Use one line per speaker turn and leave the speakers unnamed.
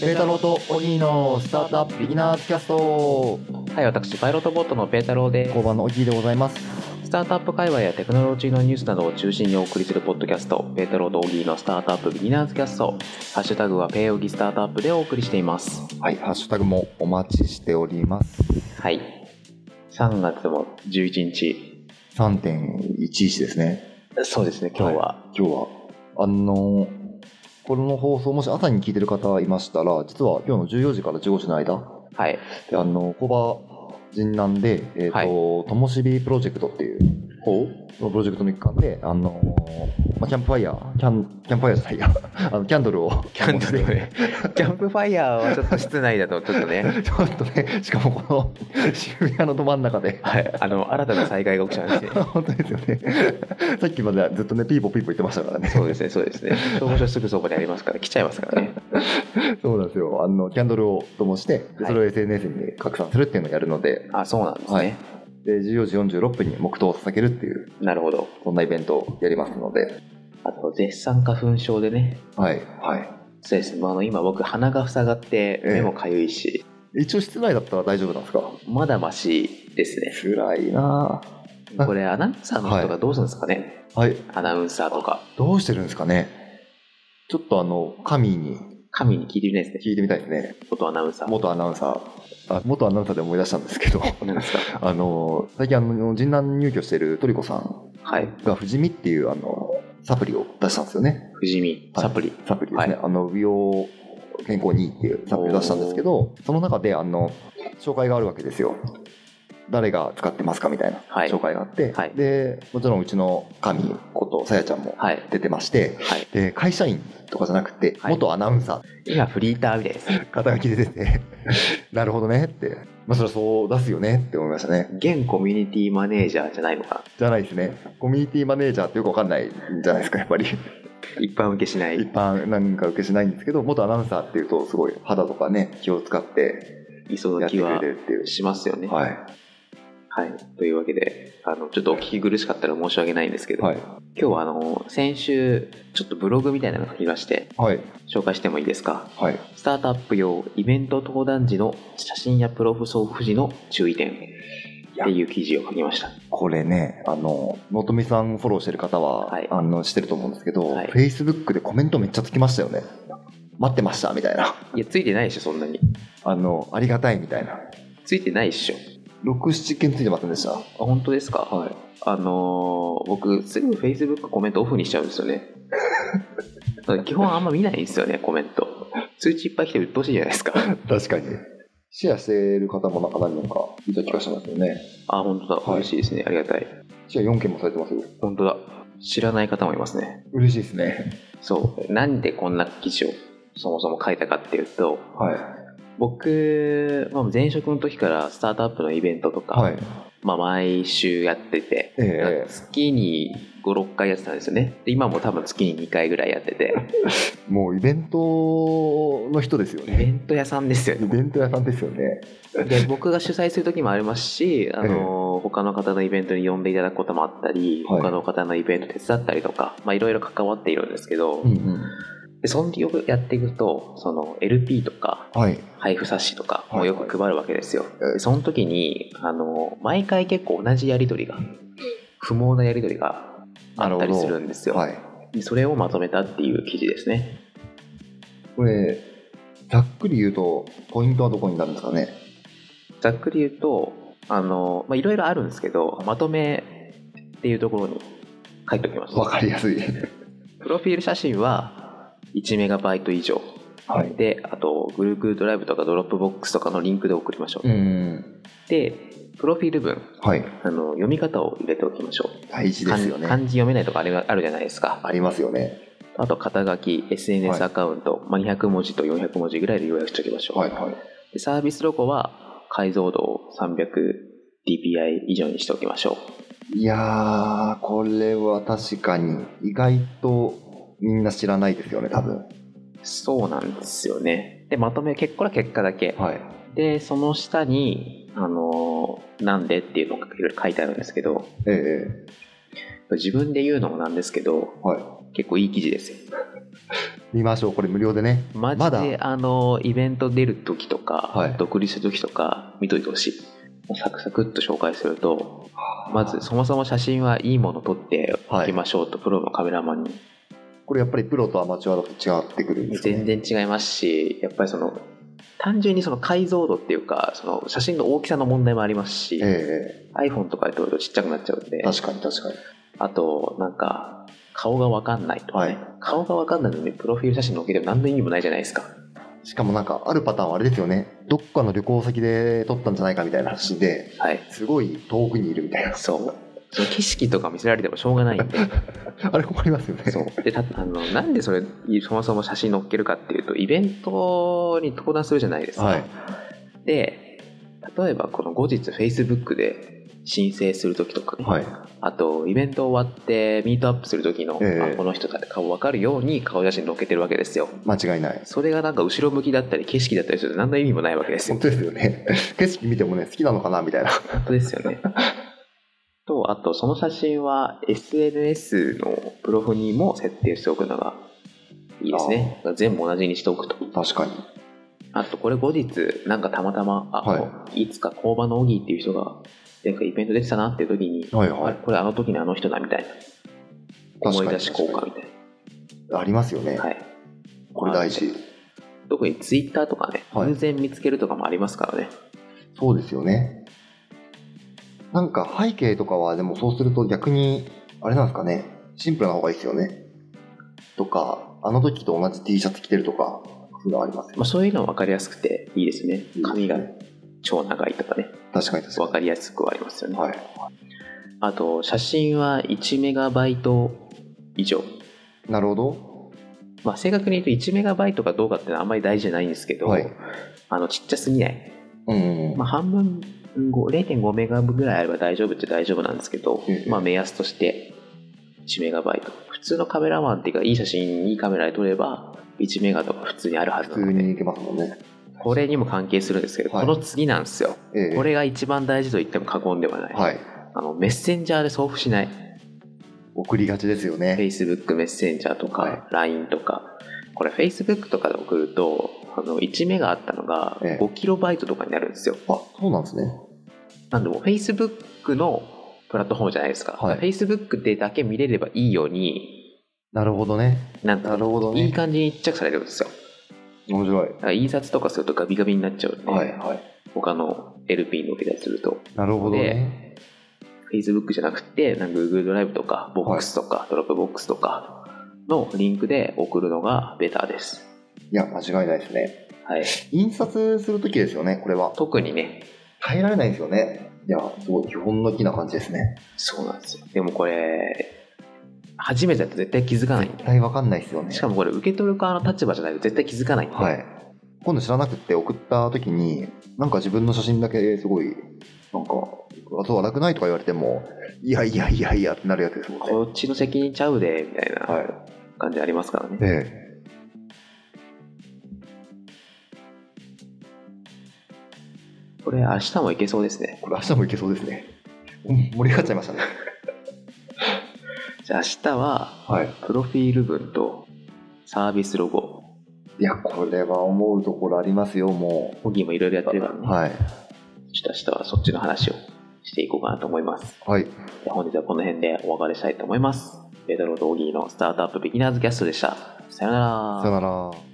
ペータローとオギーのスタートアップビギナーズキャスト
はい、私、パイロットボットのペータローで
交番のオギーでございます
す。スタートアップ界隈やテクノロジーのニュースなどを中心にお送りするポッドキャスト、ペータローとオギーのスタートアップビギナーズキャスト、ハッシュタグはペーオギスタートアップでお送りしています。
はい、ハッシュタグもお待ちしております。
はい。3月も11日。
3.11ですね。
そうですね、今日は。
今日は、あの、この放送、もし朝に聞いてる方いましたら、実は今日の14時から15時の間、
はい。
であの、コバ人南で、えっ、
はい
と、ともしびプロジェクトっていう、
ほ
そのプロジェクトの一環で、あの、まあ、キャンプファイヤー、キャン、キャンプファイヤーじゃないや、 あの、キャンドルを。
キャンドルね。キャンプファイヤーはちょっと室内だとちょっとね。
ちょっとね、しかもこの渋谷のど真ん中で。
はい。あの、新たな災害が起きちゃうんですね。
本当ですよね。さっきまでずっとね、ピーポーピーポー言ってましたからね。
そうですね、そうですね。消防署すぐそこにありますから、来ちゃいますからね。
そうなんですよ。あの、キャンドルを灯して、で
はい
それを SNS に拡散するっていうのをやるので、
あ、そうなんですね。
はいで、14時46分に黙祷を捧げるっていう、
なるほど。
そんなイベントをやりますので、
あと、絶賛花粉症でね。
はい、は
そうです。まあ、あの、今僕、鼻が塞がって、
ええ
目もかゆいし、
い。一応室内だったら大丈夫なんですか
まだましですね。
辛いなぁあ
これ、アナウンサーの人がどうするんですかね、
はい、
アナウンサーとか。
どうしてるんですかねちょっとあの、神に
神に聞いてみないですね。
聞いてみたいですね。
元アナウンサー。
元アナウンサー。あ元アナウンサーで思い出したんですけど、
なんですか
あの、最近あの、人南入居してるトリコさん
はい。
が、富士見っていうあの、サプリを出したんですよね。
不死身、
はい
サプリ。
サプリですね、
は
あの美容健康にいいっていうサプリを出したんですけどその中であの紹介があるわけですよ誰が使ってますかみたいな
はい
紹介があって、
はい
でもちろんうちの神ことさやちゃんも
はい。
出てまして、
はい
で会社員とかじゃなくて
はい
元アナウンサ
今、フリーターみたいです。
ー肩書きで出て てなるほどねって、まあ、それはそう出すよねって思いましたね
現コミュニティマネージャーじゃないのか
じゃないですねコミュニティマネージャーってよくわかんないんじゃないですかやっぱり
な一般受けしない。
一般なんか受けしないんですけど元アナウンサーっていうとすごい肌とかね気を使って
磯
や
の
って
気
くれ
は
てるっていう。
しますよね。はい。
はい。
というわけで、あの、ちょっとお聞き苦しかったら申し訳ないんですけど、
はい。
今日はあの、先週、ちょっとブログみたいなのが書きまして、
はい。
紹介してもいいですか
はい。
スタートアップ用イベント登壇時の写真やプロフ送付時の注意点っていう記事を書きました。
これね、あの、のとみさんフォローしてる方は、
はい
あの、してると思うんですけど、
はい
Facebook でコメントめっちゃつきましたよね。待ってました、みたい な。
いや、ついてないでしょ、そんなに。
あの、ありがたい、みたいな。
ついてないでしょ。
6、7件ついてませんでした。
あ、本当ですか
はい。
あのー僕、すぐ Facebook コメントオフにしちゃうんですよ ね。だから基本あんま見ないんですよね、コメント。通知いっぱい来てうっとうしいじゃないですか。
確かに。シェアしてる方もなんか何人かいた気がしますよね。
あ、本当だ。
はい
嬉しいですね。ありがたい。
シェア4件もされてますよ。
本当だ。知らない方もいますね。
嬉しいですね。
そう。なんでこんな記事をそもそも書いたかっていうと、
はい。
僕、まあ、前職の時からスタートアップのイベントとか、
はい。
まあ、毎週やってて、
ええ
月に5、6回やってたんですよね。で今も多分月に2回ぐらいやって て、
もうイベントの人ですよ
イベ
ね。
ント屋さんですよ
イ
ね。
ベント屋さんですよね。
で、僕が主催する時もありますし、あの他の方のイベントに呼んでいただくこともあったり、
はい
他の方のイベント手伝ったりとか、まあ、いろいろ関わっているんですけど、
んうん。
でその時よくやっていくと、その LP とか、
はい。
配布冊子とか
はい
もよく配るわけですよ、
ええ
でその時にあの毎回結構同じやり取りが不毛なやり取りがあったりするんですよ、
はい。
でそれをまとめたっていう記事ですね
これ、ざっくり言うと、ポイントはどこになるんですかね。
ざっくり言うとあのまあいろいろあるんですけどまとめっていうところに書いておきまし
わ
た
かりや すい。
プロフィール写真は1メガバイト以上
はい。
であと Google ドライブとかドロップボックスとかのリンクで送りましょう、
うん。
でプロフィール文
はい。
あの読み方を入れておきましょう
大事ですよ
漢
ね。
漢字読めないとかあれがあるじゃないですか
ありますよね。
あと肩書き SNS アカウント、まあ、200文字と400文字ぐらいで要約しておきましょう、
はいはい。
でサービスロゴは解像度を 300dpi 以上にしておきましょ
いやー、これは確かに、意外とみんな知らないですよね、多分。
うそうなんですよねでまとめ結果は結果だけ、
はい。
でその下にあのーなんでっていうのがいろいろ書いてあるんですけど
ええ
自分で言うのもなんですけど
はい。
結構いい記事ですよ
見ましょうこれ無料でね
マジ
まだ
で、あの、イベント出る時とか、
はい
独立する時とか、見といてほしい。もうサクサクっと紹介すると、まず、そもそも写真はいいもの撮っておきましょうと、プロのカメラマンに
これやっぱりプロとアマチュアだと違ってくるんですかね
全然違いますしやっぱりその単純にその解像度っていうかその写真の大きさの問題もありますし、
え
iPhone とかで撮るとちっちゃくなっちゃうんで
え確かに確かに
あとなんか顔が分かんないとかね、
は
顔が分かんないのにプロフィール写真載っけても何の意味もないじゃないですか
しかもなんかあるパターンはあれですよねどっかの旅行先で撮ったんじゃないかみたいな話で
はい
すごい遠くにいるみたいな
そうその景色とか見せられてもしょうがないんで
あれ困りますよね
そうでたあのなんでそれそもそも写真載っけるかっていうとイベントに登壇するじゃないですか、
はい
で例えばこの後日 Facebook で申請する時とかね、
はい
あとイベント終わってミートアップする時の、
ええ
あこの人だって顔分かるように顔写真載っけてるわけですよ
間違いない
それがなんか後ろ向きだったり景色だったりすると何の意味もないわけですよ
本当ですよね景色見てもね好きなのかなみたいな
本当ですよねとあとその写真は SNS のプロフにも設定しておくのがいいですね全部同じにしておくと
確かに
あとこれ後日なんかたまたまあ、い、つか工場のオギーっていう人がなんかイベント出てたなっていう時に、
はいは
あ
い
これあの時のあの人だみたいな
確かに
思い出し効果みたい
ありますよね、
な、はい、
これ大事
特にツイッターとかね、
はい
偶然見つけるとかもありますからね
そうですよねなんか背景とかはでもそうすると逆にあれなんですかねシンプルな方がいいですよねとかあの時と同じ T シャツ着てるとかそういうのありますよ
まあ、そういうのは分かりやすくていいですね
ね
髪が超長いとかね
確かに確か
分かりやすくはありますよ
に
ね、
はい
あと写真は1メガバイト以上
なるほど
まあ正確に言うと1メガバイトかどうかっていうのはあんまり大事じゃないんですけど、
はい
あのちっちゃすぎない、
うん
まあ、半分ご0.5メガぐらいあれば大丈夫って大丈夫なんですけど、
ええ
まあ、目安として1メガバイト普通のカメラマンっていうかいい写真いいカメラで撮れば1メガとか普通にあるはず
普
な
通
ので
にいけますもんね
これにも関係するんですけど、
はい
この次なんですよ
ええ
これが一番大事と言っても過言ではない、
はい
あのメッセンジャーで送付しない
送りがちですよね
Facebook メッセンジャーと
はい
か LINE とか、これ Facebook とかで送るとあの1メガあったのが
ええ
5キロバイトとかになるんですよ
あそうなんですね
なんでもう Facebook のプラットフォームじゃないですか、
はい
Facebook でだけ見れればいいように
なるほどね
なん
な
か
るほどね
いい感じに一着されるんですよ
面白い
だから印刷とかするとガビガビになっちゃうんで、
はいはい
他の LP に受けたりすると
なるほどね
Facebook じゃなくてなんか Google ドライブとか Box とか Dropbox とかのリンクで送るのがベターです、
いや間違いないですね
はい、
印刷するときですよねこれは
特にね
耐えられないですよねいやすごい基本の木な感じですね
そうなんですよでもこれ初めてだと絶対気づかない
絶対わかんないですよね
しかもこれ受け取る側の立場じゃないと絶対気づかないんで、
はい今度知らなくって送った時になんか自分の写真だけすごいなんかあとは楽ないとか言われてもいやいやいやいやってなるやつですもんね
こっちの責任ちゃうでみたい
は
ない感じありますからね、
え
これ明日もいけそうですね
えこれ明日もいけそうですねうん盛り上がっちゃいましたね
じゃあ明日は
はい
プロフィール文とサービスロゴ
いやこれは思うところありますよも
ホギーもいろいろやってるから
う
ね、
はい
ちょっと明日はそっちの話をしていこうかなと思います
はい
で本日はこの辺でお別れしたいと思いますペドロとオギーのスタートアップビギナーズキャストでしたさよなら
さよなら